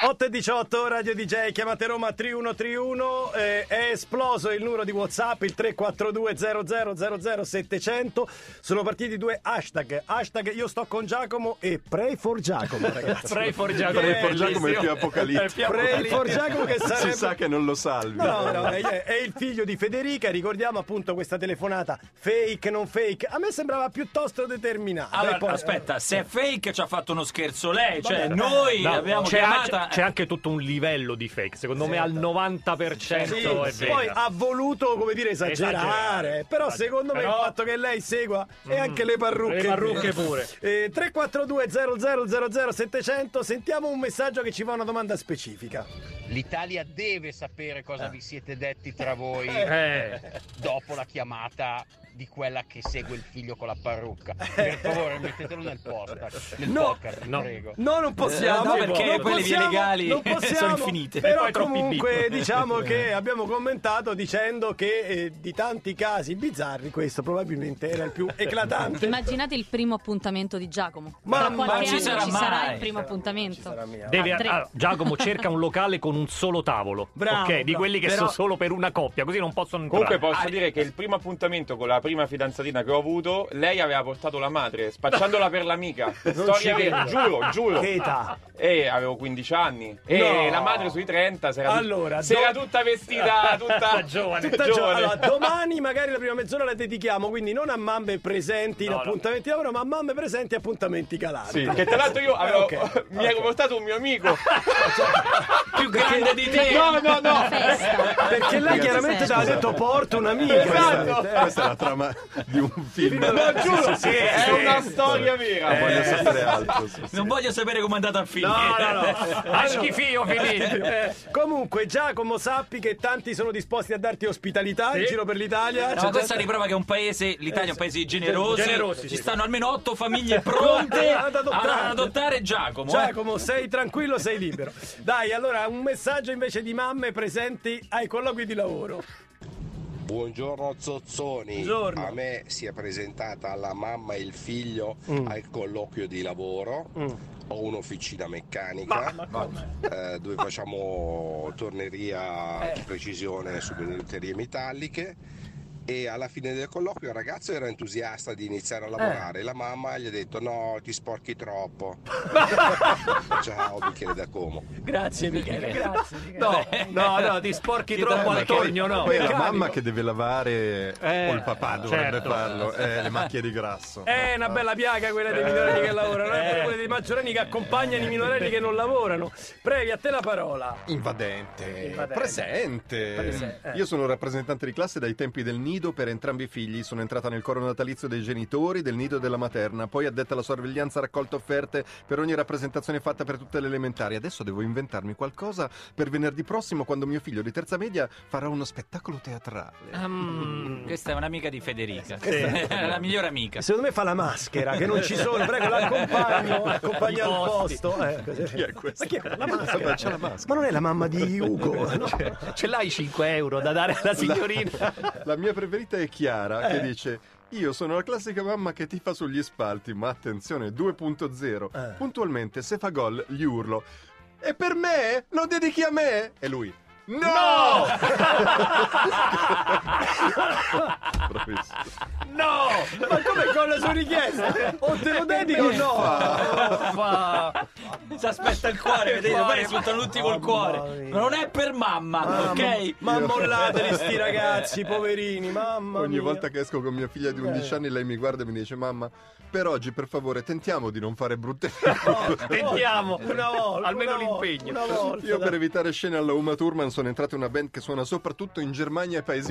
8 e 18, Radio DJ, chiamate Roma 3131, eh, è esploso il numero di Whatsapp, il 342 700 sono partiti due hashtag, hashtag io sto con Giacomo e pray for Giacomo ragazzi. Pray for Giacomo. Che Pray for Giacomo Eh, è il più è più apocalittico. Pray for Giacomo che Si sarebbe... sa che non lo salvi. No, no, è, è il figlio di Federica, ricordiamo appunto questa telefonata fake, non fake, a me sembrava piuttosto determinata. Allora, E poi- aspetta, se è fake ci ha fatto uno scherzo lei, cioè noi No, l'abbiamo c'è, chiamata... eh. anche, c'è anche tutto un livello di fake. Secondo me al 90% Sì, Certo, è vero. poi ha voluto, come dire, esagerare. Esagerare. Però Esagerare. secondo me Però- Mm. il fatto che lei segua e anche le parrucche. Le parrucche pure. Eh, 342 700 sentiamo un messaggio che ci fa una domanda specifica. L'Italia deve sapere cosa vi siete detti tra voi Eh. dopo la chiamata di quella che segue il figlio con la parrucca. Per favore, mettetelo nel podcast, nel No, podcast, vi Eh. no. prego. No, non possiamo. Eh, no, perché non quelle vie possiamo, legali non sono possiamo, infinite. Però Poi troppi comunque bip. diciamo che abbiamo commentato dicendo che eh, di tanti casi bizzarri questo probabilmente era il più eclatante. Immaginate il primo appuntamento di Giacomo. Ma- Tra ma qualche ci anno sarà ci mai. sarà il Ci primo sarà- appuntamento. ci sarà mia. Deve- A tre. allora, Giacomo cerca un locale con un solo tavolo. Bravo, ok, di bravo. quelli che Però- sono solo per una coppia, così non possono entrare. Comunque ah, posso dire che il primo appuntamento con la prima fidanzatina che ho avuto, lei aveva portato la madre, spacciandola per l'amica. ci Storia vera, credo. giuro, giuro. Che età? E avevo 15 anni. Eh, E No. la madre sui 30 si era, tut- Allora, si do- era tutta vestita, tutta Da giovane. Tutta gio- giovane. allora, domani magari la prima mezz'ora la dedichiamo quindi non a mamme presenti in No, no. appuntamenti di lavoro, ma a mamme presenti e appuntamenti calati. Sì, che tra l'altro io avevo, Ah, Ok, mi ha ok. portato un mio amico. Più grande di te! No, no, no. Una festa. Perché lei Ragazzi, chiaramente scusa. ti ha detto porto un'amica. Esatto. Eh, Questa è la trama di un film. No, giuro, è sì, una sì. storia vera. Non voglio sapere altro. sì, sì. Non voglio sapere com'è andata a finire. Ah, schifio, finito. Eh, Comunque Giacomo sappi che tanti sono disposti a darti ospitalità in giro per l'Italia. Cioè, C'è No, ma Cioè, questa gente- riprova che è un paese, l'Italia è un paese generoso. Generosi, ci sì. stanno almeno otto famiglie pronte Ad ad adottare. adottare, Giacomo. eh. Giacomo, sei tranquillo, sei libero. Dai, allora un messaggio invece di mamme presenti ai colloqui di lavoro. Buongiorno Zozzoni. Buongiorno. A me si è presentata la mamma e il figlio al colloquio di lavoro. Ho un'officina meccanica eh, dove facciamo torneria di precisione su minuterie metalliche. E alla fine del colloquio il ragazzo era entusiasta di iniziare a lavorare. La mamma gli ha detto: No, ti sporchi troppo. Ciao, bicchiere da Como. Grazie Michele, grazie. No, no, no, ti sporchi Ma poi- Poi è la Meccanico. mamma che deve lavare, Eh, o il papà dovrebbe certo. farlo, eh, le macchie di grasso. Ah, È una bella piaga quella dei minorenni che lavorano, eh, pure quella dei maggiorenni che accompagnano i minorenni che non lavorano. Previ, a te la parola. Invadente, Invadente. presente. Presente, eh. Io sono rappresentante di classe dai tempi del nido per entrambi i figli. Sono entrata nel coro natalizio dei genitori, del nido e della materna. Poi addetta alla sorveglianza ha raccolto offerte per ogni rappresentazione fatta per tutte le elementari. Adesso devo inventarmi qualcosa per venerdì prossimo quando mio figlio di terza media farà uno spettacolo teatrale. Mm, questa è un'amica di Federica. È la migliore amica. Secondo me fa la maschera, che non ci sono. Prego, l'accompagno, l'accompagno I al posti. posto. Eh, così. Chi è questo? Ma chi è? La Vabbè, maschera. Cioè, c'è la maschera. Ma non è la mamma di Ugo? no? Ce l'hai 5 euro da dare alla signorina? La mia preferita è Chiara Eh. che dice io sono la classica mamma che tifa sugli spalti, ma attenzione 2.0. Eh. Puntualmente se fa gol gli urlo. E per me? Lo dedichi a me? E lui. No! Bravissimo. No! Ma come con la sua richiesta? O te lo dedico o no? Si aspetta il cuore, vedete? Poi risulta l'ultimo il cuore. Mamma mia. Ma non è per mamma, ok? Ma mollateli sti ragazzi, poverini, mamma Ogni mia. Eh. volta che esco con mia figlia di 11 anni lei mi guarda e mi dice "Mamma, per oggi per favore tentiamo di non fare brutte cose". Ecco. Tentiamo. Una volta, Almeno una volta, l'impegno. Oh, Una volta. Io per dai. evitare scene alla Uma Thurman sono entrata in una band che suona soprattutto in Germania e Paesi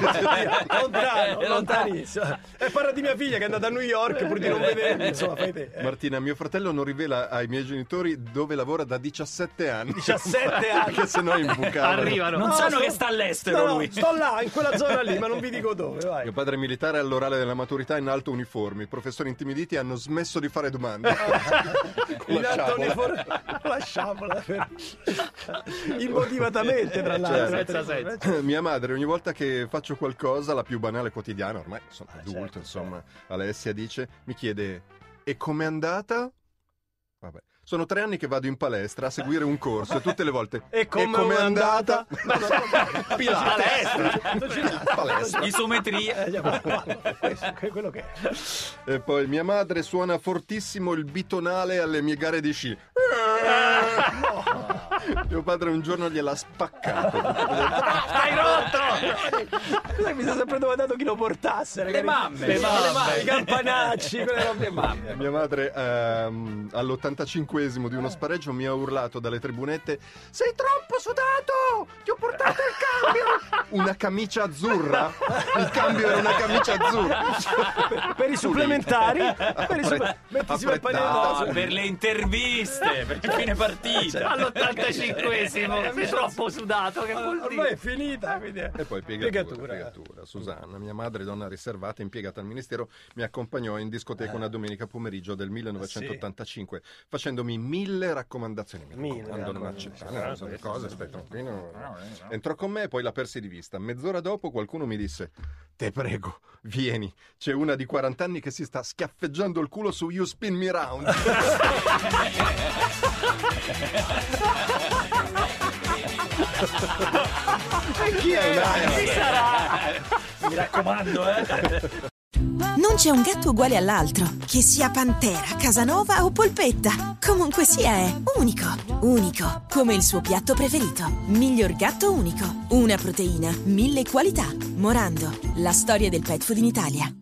Lontano, Lontano. Eh, lontanissimo. insomma. E parla di mia figlia che è andata a New York pur di non vedermi, insomma, fai te. Eh, Martina, mio fratello non rivela ai miei genitori dove lavora da 17 anni. 17 anni. Perché sennò imbucavano. Arrivano. Non No, sanno sto- che sta all'estero No, no, lui. sto là, in quella zona lì, ma non vi dico dove, vai. Mio padre è militare all'orale della maturità in alto uniforme. I professori intimiditi hanno smesso di fare domande. Ah, In alto sciabola. uniforme, la sciabola. per- Immotivatamente, tra l'altro. Certo. Senza senso. Mia madre, ogni volta che faccio qualcosa, la più banale quotidiana, ormai sono adulto, certo, insomma, Alessia dice, mi chiede, e com'è andata? Vabbè. Sono tre anni che vado in palestra a seguire un corso e tutte le volte... E com'è andata? Pilates! cioè, Palestra. Isometria. Eh, già, ma- ma- questo è quello che è. E poi mia madre suona fortissimo il bitonale alle mie gare di sci. Mio padre un giorno gliel'ha spaccato. Stai rotto! Sai, mi sono sempre domandato chi lo portasse, Le ragazzi. mamme. Le mamme, i campanacci, quelle robe mamme. Mia madre ehm, all85 di uno spareggio mi ha urlato dalle tribunette Sei troppo sudato! Ti ho portato il cambio! Una camicia azzurra? Il cambio era una camicia azzurra! Per i supplementari, per i supplementari. Metti sul Affrettata. panino. No, per le interviste, per il fine partita. All'85esimo. Sei troppo sudato. Che vuol Ormai è finita, quindi è- E poi piegatura, Piegatura. piegatura. Susanna, mia madre, donna riservata, impiegata al ministero, mi accompagnò in discoteca una domenica pomeriggio del 1985, facendomi mille raccomandazioni. Mille Quando non accettare, non so che cosa, stai tranquillo. Entrò con me e poi la persi di vista. Mezz'ora dopo qualcuno mi disse, te prego, vieni, c'è una di 40 anni che si sta schiaffeggiando il culo su You Spin Me Round. Eh, Chi è? Mi raccomando, eh. Non c'è un gatto uguale all'altro, che sia pantera, casanova o polpetta. Comunque sia è unico, unico, come il suo piatto preferito. Miglior gatto unico, una proteina, mille qualità. Morando, la storia del pet food in Italia.